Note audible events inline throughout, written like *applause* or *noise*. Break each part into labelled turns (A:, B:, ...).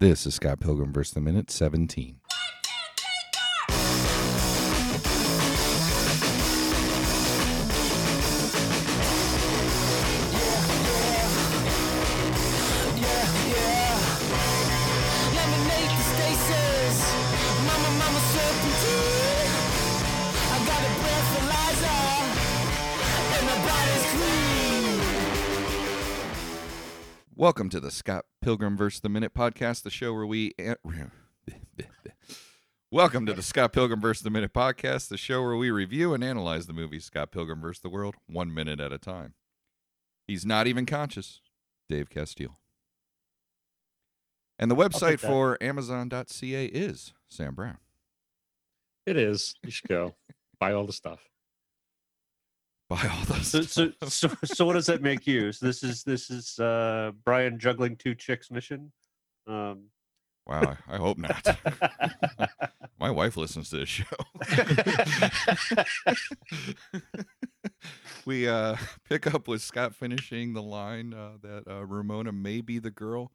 A: This is Scott Pilgrim versus the Minute 17.
B: Lemonade and stasis. Mama, mama, serpentine. I got a breathalyzer. uh, And my body's clean.
A: Welcome to the Scott Pilgrim versus the Minute podcast, the show where we. *laughs* Welcome to the Scott Pilgrim versus the Minute podcast, the show where we review and analyze the movie Scott Pilgrim versus the World one minute at a time. He's not even conscious, Dave Castile. And the website
C: take that.
A: for Amazon.ca is Sam Brown. *laughs*
C: It is. You should go buy all the stuff.
A: Buy all those.
D: So,
C: *laughs*
D: so,
A: stuff.
D: so, so what does that make you? So this is this is uh, Brian juggling two chicks mission.
C: *laughs*
D: Um,
A: wow, I I hope not.
D: *laughs*
A: My wife listens to this show.
D: *laughs*
A: *laughs* we uh, pick up with Scott finishing the line uh, that uh, Ramona may be the girl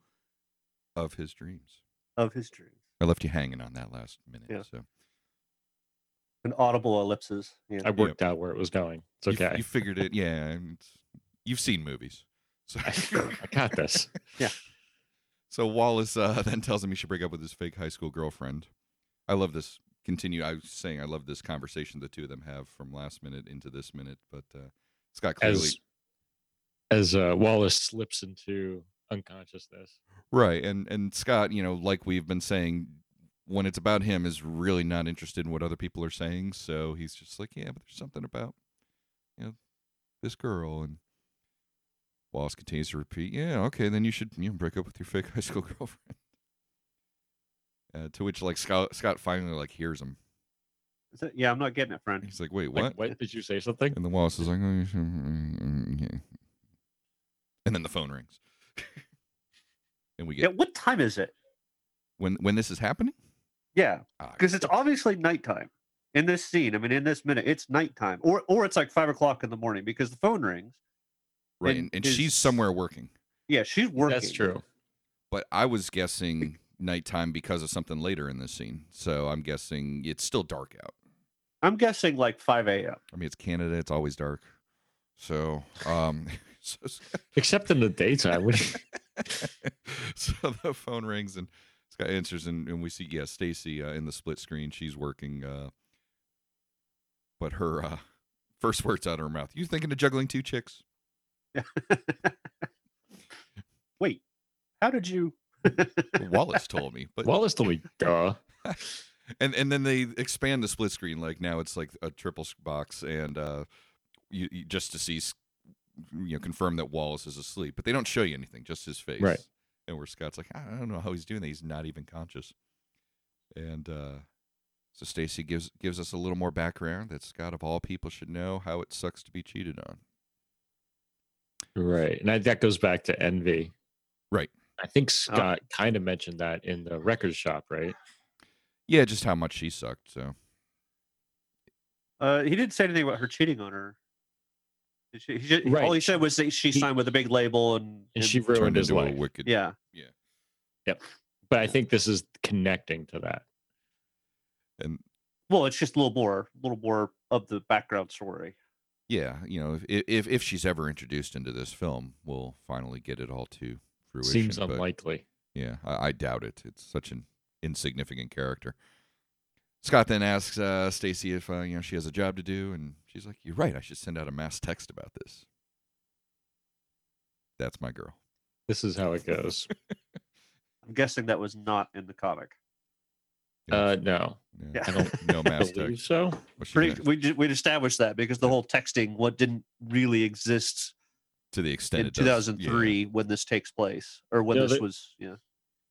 A: of his dreams.
D: of his dreams,
A: I left you hanging on that last minute.
D: Yeah.
A: So
D: an audible ellipsis. Yeah.
C: I worked out where it was going. It's
A: You f-
C: okay.
A: You, figured it. Yeah. and it's- You've seen movies.
C: *laughs*
A: So,
C: I got this.
A: *laughs* so Wallace uh, *laughs* then tells him he should break up with his fake high school girlfriend. I love this. Continue. I was saying I love this conversation the two of them have from last minute into this minute, but uh, Scott clearly.
C: As as uh, Wallace slips into unconsciousness.
A: Right. And and Scott, you know, like we've been saying, when it's about him is really not interested in what other people are saying. So he's just like, Yeah, but there's something about you know, this girl and Wallace continues to repeat, Yeah, okay, then you should you know, break up with your fake *laughs* high school girlfriend. Uh, to which like Scott Scott finally like hears him.
D: Is it- yeah, I'm not getting it, friend.
A: He's like, Wait,
C: Like,
A: what?
C: what? Did you say something?
A: And the Wallace is like, "Oh, you should- mm, mm, yeah." and then the phone rings. *laughs* and we
D: Yeah.
A: get
D: What time is it?
A: when when this is happening?
D: Yeah,
A: Ah,
D: because it's obviously nighttime in this scene. I mean, in this minute, it's nighttime, or or it's like five o'clock in the morning because the phone rings.
A: right and,
D: and
A: and she's
D: is-
A: somewhere working
D: Yeah, she's working.
C: That's true.
A: but i was guessing nighttime because of something later in this scene so i'm guessing it's still dark out
D: I'm guessing like five a.m.
A: i mean it's canada it's always dark so um *laughs* so,
C: Except in the daytime. when-
A: *laughs* so the phone rings and Scott answers and, and we see yeah stacy uh, in the split screen she's working uh but her uh first words out of her mouth you thinking of juggling two chicks
D: *laughs* Wait, how did you?
A: wallace told me but
C: Wallace told me, duh.
A: and and then they expand the split screen like now it's like a triple s- box and uh you, you- just to see s- you know confirm that wallace is asleep but they don't show you anything just his face
C: Right.
A: and where scott's like i don't know how he's doing that he's not even conscious and uh so stacy gives gives us a little more background that scott of all people should know how it sucks to be cheated on
C: Right. And I, that goes back to envy.
A: Right.
C: I think Scott kind of mentioned that in the record shop, right?
A: yeah just how much she sucked so
D: Uh, he didn't say anything about her cheating on her. Did She, he ju-
C: Right,
D: All he said was that she
C: he-
D: signed with a big label and,
C: And she
A: turned
C: ruined his
A: into
C: life.
A: a wicked
D: yeah.
C: But I think this is connecting to that.
A: and
D: Well, it's just a little more, a little more of the background story.
A: yeah you know if if, if she's ever introduced into this film we'll finally get it all to fruition
C: Seems
A: but-
C: unlikely.
A: Yeah, I, I doubt it. It's such an insignificant character. Scott then asks uh, Stacy if uh, you know she has a job to do, and she's like, "You're right. I should send out a mass text about this." That's my girl.
C: This is how
A: *laughs*
C: it goes.
D: I'm guessing that was not in the comic.
A: You know,
C: Uh, no,
A: yeah,
D: I
C: don't
A: no mass
C: believe
A: text.
C: so.
A: Well, she's
D: Pretty,
A: gonna-
D: we ju- we established that because the whole texting what didn't really exist
A: to the extent
D: in
A: it does, yeah.
D: 2003 when this takes place or when
C: No,
D: this
C: they-
D: was. Yeah,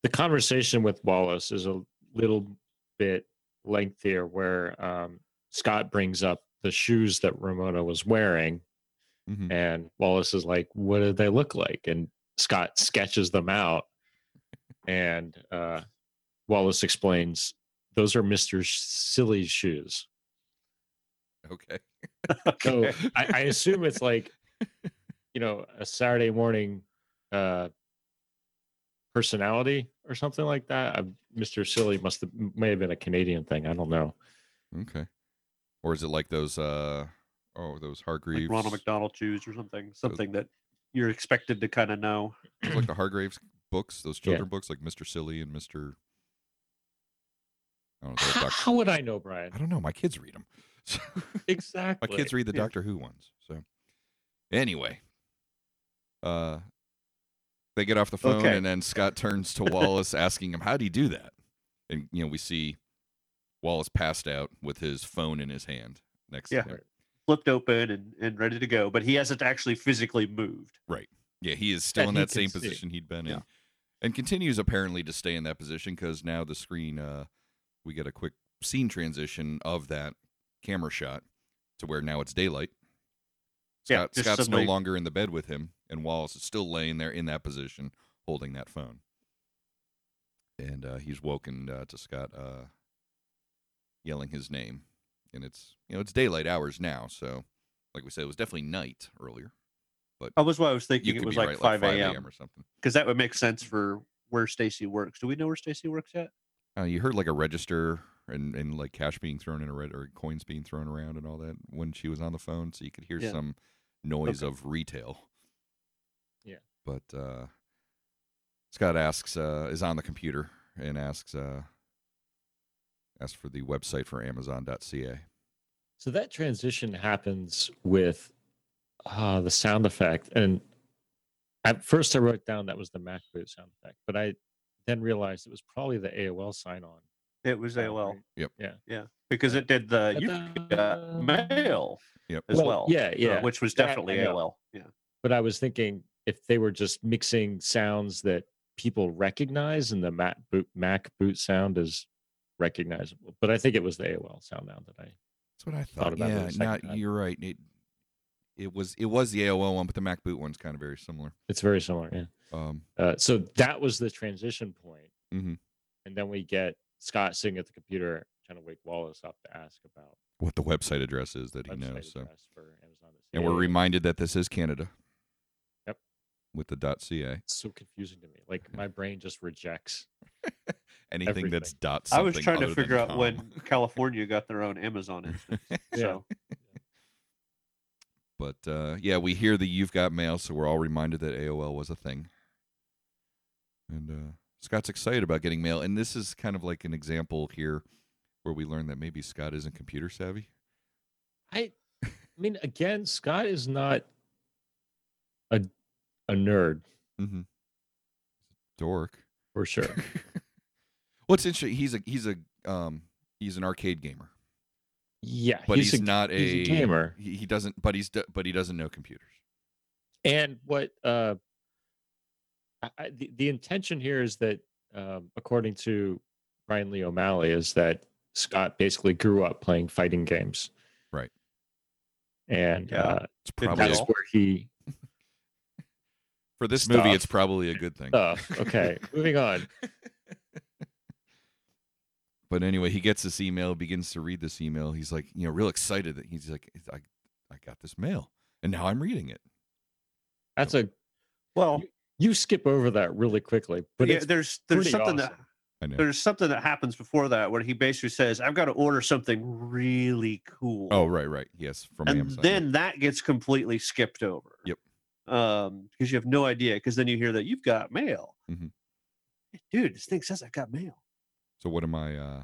C: The conversation with Wallace is a little bit lengthier, where um, Scott brings up the shoes that Ramona was wearing,
A: Mhm.
C: and Wallace is like, "What do they look like?" And Scott sketches them out, and uh, Wallace explains, "Those are Mister Silly's shoes."
A: Okay.
C: So I, I assume it's like, you know, a Saturday morning uh, personality or something like that. I, Mr. Silly must have may have been a Canadian thing. I don't know.
A: Okay. Or is it like those uh oh those Hargreaves
D: like Ronald McDonald Jews or something, something that you're expected to kind of know.
A: it's like the Hargreaves books, those
C: Yeah.
A: children books like Mr. Silly and Mr. I don't know.
C: How,
A: Doc-
C: how would I know, Brian?
A: I don't know. *laughs* My kids read them.
C: Exactly.
A: My kids read the
D: Yeah.
A: Doctor Who ones. So anyway, uh, they get off the phone,
D: Okay.
A: and then Scott turns to Wallace, asking him, "How do you do that?" And you know, we see Wallace passed out with his phone in his hand next
D: Yeah.
A: to him.
D: Flipped open and, and ready to go, but he hasn't actually physically moved.
A: Yeah, he is still
C: That
A: in
C: he
A: that same
C: can see.
A: position he'd been
C: Yeah.
A: in, and continues apparently to stay in that position because now the screen, uh, we get a quick scene transition of that camera shot to where now it's daylight.
D: Yeah,
A: Scott,
D: just
A: Scott's
D: suddenly-
A: no longer in the bed with him, and Wallace is still laying there in that position holding that phone. And uh, he's woken uh, to Scott uh, yelling his name, and it's you know it's daylight hours now, so like we said, it was definitely night earlier.
D: That was why Oh, I was
A: You
D: thinking it
A: could
D: was
A: be
D: like
A: right,
D: 5
A: a.m.
D: a.m.
A: or something.
D: because that would make sense for where Stacy works. Do we know where Stacy works yet?
A: Uh, you heard like a register and, and like cash being thrown in a red or coins being thrown around and all that when she was on the phone, so you could hear
D: Yeah.
A: some noise
D: Okay.
A: of retail.
C: Yeah.
A: But uh, Scott asks uh, is on the computer and asks uh, asks for the website for Amazon.ca.
C: So that transition happens with uh, the sound effect. And at first I wrote down that was the Mac boot sound effect, but I then realized it was probably the AOL sign on.
D: It was AOL because
C: Uh,
D: it did the you got
C: Ta-da.
D: mail
A: Yep.
D: as well.
C: Well, yeah,
D: uh,
C: yeah.
D: which was
C: That I
D: definitely
C: know.
D: AOL. Yeah.
C: But I was thinking if they were just mixing sounds that people recognize and the Mac boot, Mac boot sound is recognizable. But I think it was the AOL sound now that I.
A: That's what I thought.
C: about it
A: yeah,
C: a second
A: not
C: time.
A: you're right. It it was it was the AOL one, but the Mac Boot one's kind of very similar.
C: It's very similar. Yeah.
A: Um,
C: Uh, so that was the transition point.
A: Mhm.
C: And then we get Scott sitting at the computer trying to wake Wallace up to ask about
A: what the website address is that he
C: website
A: knows. So.
C: address for Amazon.
A: And we're reminded that this is Canada.
C: Yep.
A: With the dot .ca.
C: It's so confusing to me.
A: *laughs*
C: Like my brain just rejects.
A: Anything that's
C: Everything.
A: dot
D: I was
A: something
D: trying to
A: other than
D: figure out
A: com.
D: when
A: *laughs*
D: California got their own Amazon instance. So
A: But uh, yeah, we hear the you've got mail, so we're all reminded that AOL was a thing. And uh, Scott's excited about getting mail, and this is kind of like an example here where we learn that maybe Scott isn't computer savvy.
C: I, I mean, again, Scott is not a a nerd
A: Mm-hmm. Dork. *laughs*
C: for sure.
A: What's interesting? He's a he's a um he's an arcade gamer,
C: Yeah,
A: but he's,
C: a,
A: not
C: he's a gamer.
A: He, he doesn't, but he's d- but he doesn't know computers.
C: And what uh, I, I- the, the intention here is that, um, according to Brian Lee O'Malley, is that Scott basically grew up playing fighting games,
A: Right.
C: And
D: Yeah.
C: uh,
A: It's
D: Good
A: probably a,
C: that's
D: call.
C: where he.
A: for this movie. It's
C: stuff.
A: probably a good thing.
C: Uh,
A: *laughs*
C: okay, moving on.
A: But anyway, he gets this email, begins to read this email. He's like, you know, real excited that he's like, I, I got this mail, and now I'm reading it.
C: That's a
D: well,
C: you skip over that really quickly, but
D: but yeah,
C: it's
D: there's there's
C: pretty
D: something that
C: awesome.
A: I know.
D: there's something that happens before that where he basically says, "I've got to order something really cool."
A: Oh, right, right. Yes, from
D: and
A: Amazon.
D: then that gets completely skipped over.
A: Yep.
D: Um, because you have no idea. Because then you hear that you've got mail.
A: Mhm.
D: Dude, this thing says I've got mail.
A: So what am I? Uh,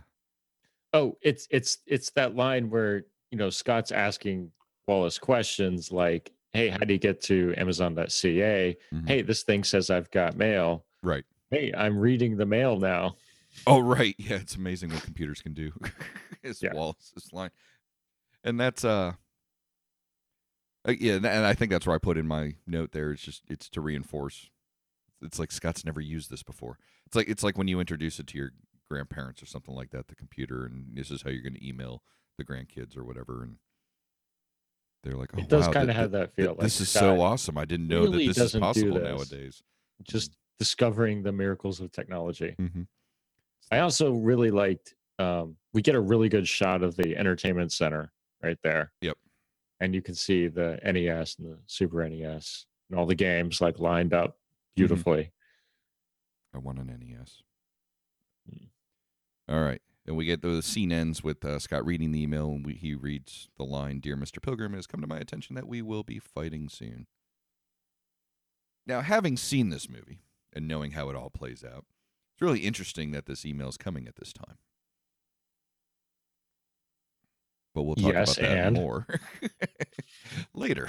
C: Oh, it's it's it's that line where you know Scott's asking Wallace questions like, "Hey, how do you get to Amazon.ca?
A: mhm.
C: Hey, this thing says I've got mail.
A: Right.
C: Hey, I'm reading the mail now."
A: Oh, right. Yeah, it's amazing what computers can do. *laughs* it's
C: Yeah.
A: Wallace's line, and that's uh, uh, yeah, and and I think that's where I put in my note. There, it's just it's to reinforce. It's like Scott's never used this before. It's like it's like when you introduce it to your grandparents or something like that, the computer, and this is how you're going to email the grandkids or whatever, and they're like, oh,
C: it does
A: wow,
C: kind of
A: th-
C: have that
A: th-
C: feel.
A: th- this
C: like
A: is so
C: Scott
A: awesome. I didn't know
C: really
A: that this
C: doesn't
A: is
C: do
A: possible
C: this.
A: nowadays.
C: Just discovering the miracles of technology.
A: Mm-hmm.
C: I also really liked. Um, we get a really good shot of the entertainment center right there.
A: Yep.
C: And you can see the E NES
A: Mm-hmm.
C: and the Super NES and all the games like lined up beautifully.
A: I want an NES.
C: Hmm.
A: All right. And we get the scene ends with uh, Scott reading the email, and we, he reads the line Dear Mr. Pilgrim, it has come to my attention that we will be fighting soon. Now, having seen this movie and knowing how it all plays out, it's really interesting that this email is coming at this time. But we'll talk
C: Yes,
A: about that
C: and?
A: more *laughs* later.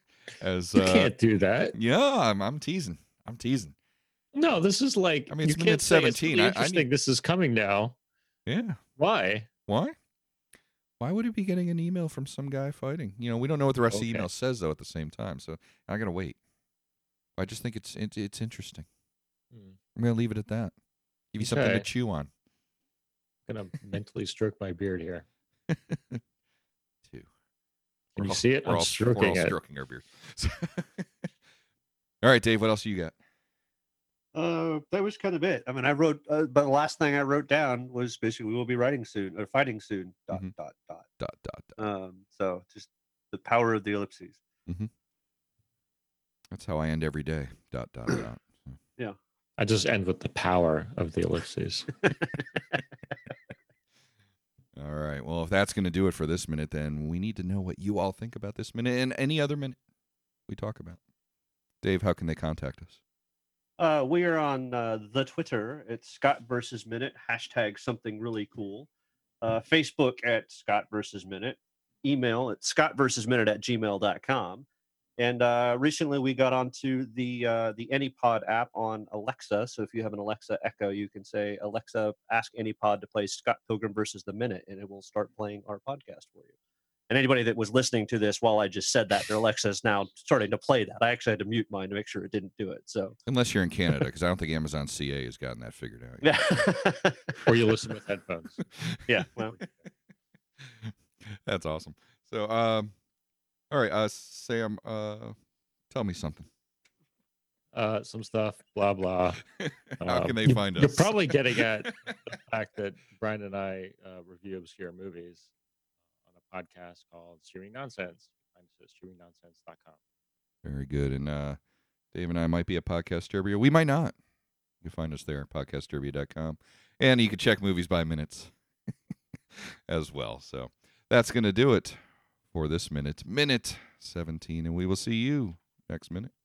A: *laughs* As
C: You
A: uh,
C: can't do that.
A: yeah, I'm, I'm teasing. I'm teasing.
C: No, this is like
A: I mean, it's
C: you can't
A: minute
C: say it's
A: 17.
C: really
A: I- I
C: interesting. This is coming now.
A: Yeah.
C: Why?
A: Why? Why would he be getting an email from some guy fighting? You know, we don't know what the rest of
C: Okay.
A: the email says though. At the same time, so I gotta wait. I just think it's it, it's interesting.
C: Hmm.
A: I'm gonna leave it at that. Give you something to
C: Okay.
A: chew on.
C: I'm gonna mentally stroke my beard here.
A: Too.
C: Can
A: We're
C: you
A: all-
C: see it?
A: We're all,
C: I'm
A: we're all
C: stroking it.
A: stroking our beard. *laughs* all right, Dave. What else you got?
D: Uh, that was kind of it. I mean, I wrote, uh, but the last thing I wrote down was basically we will be writing soon or fighting soon. Dot
A: Mhm.
D: dot dot.
A: Dot dot dot.
D: Um, so just the power of the ellipses.
A: That's how I end every day. Dot dot *coughs* dot.
C: I just end with the power of the ellipses.
A: All right. Well, if that's going to do it for this minute, then we need to know what you all think about this minute and any other minute we talk about. Dave, how can they contact us?
D: Uh, we are on uh, the Twitter at Scott versus Minute hashtag something really cool. Uh, Facebook at Scott versus Minute. Email at Scott versus Minute at gmail.com. And uh, recently we got onto the uh, the AnyPod app on Alexa. So if you have an Alexa Echo, you can say Alexa, ask AnyPod to play Scott Pilgrim versus the Minute, and it will start playing our podcast for you. And anybody that was listening to this while I just said that, their Alexa is now starting to play that. I actually had to mute mine to make sure it didn't do it. So
A: Unless you're in Canada, because I don't think Amazon CA has gotten that figured out yet.
D: yeah.
C: or you listen with headphones.
A: *laughs*
D: yeah. Well,
A: That's awesome. So, um, all right, uh, Sam, uh, tell me something. *laughs*
C: Uh, some stuff, blah blah.
A: how
C: Um,
A: can they
C: you-
A: find
C: You're
A: us?
C: probably getting at the fact that Brian and I uh, review obscure movies on a podcast called Streaming Nonsense. Find us at streamingnonsense.com.
A: *laughs* Very good. And uh, Dave and I might be at Podcast Derby, or we might not. You can find us there, podcastderby.com. And you can check movies by minutes *laughs* as well. So that's going to do it for this minute, minute 17. And we will see you next minute.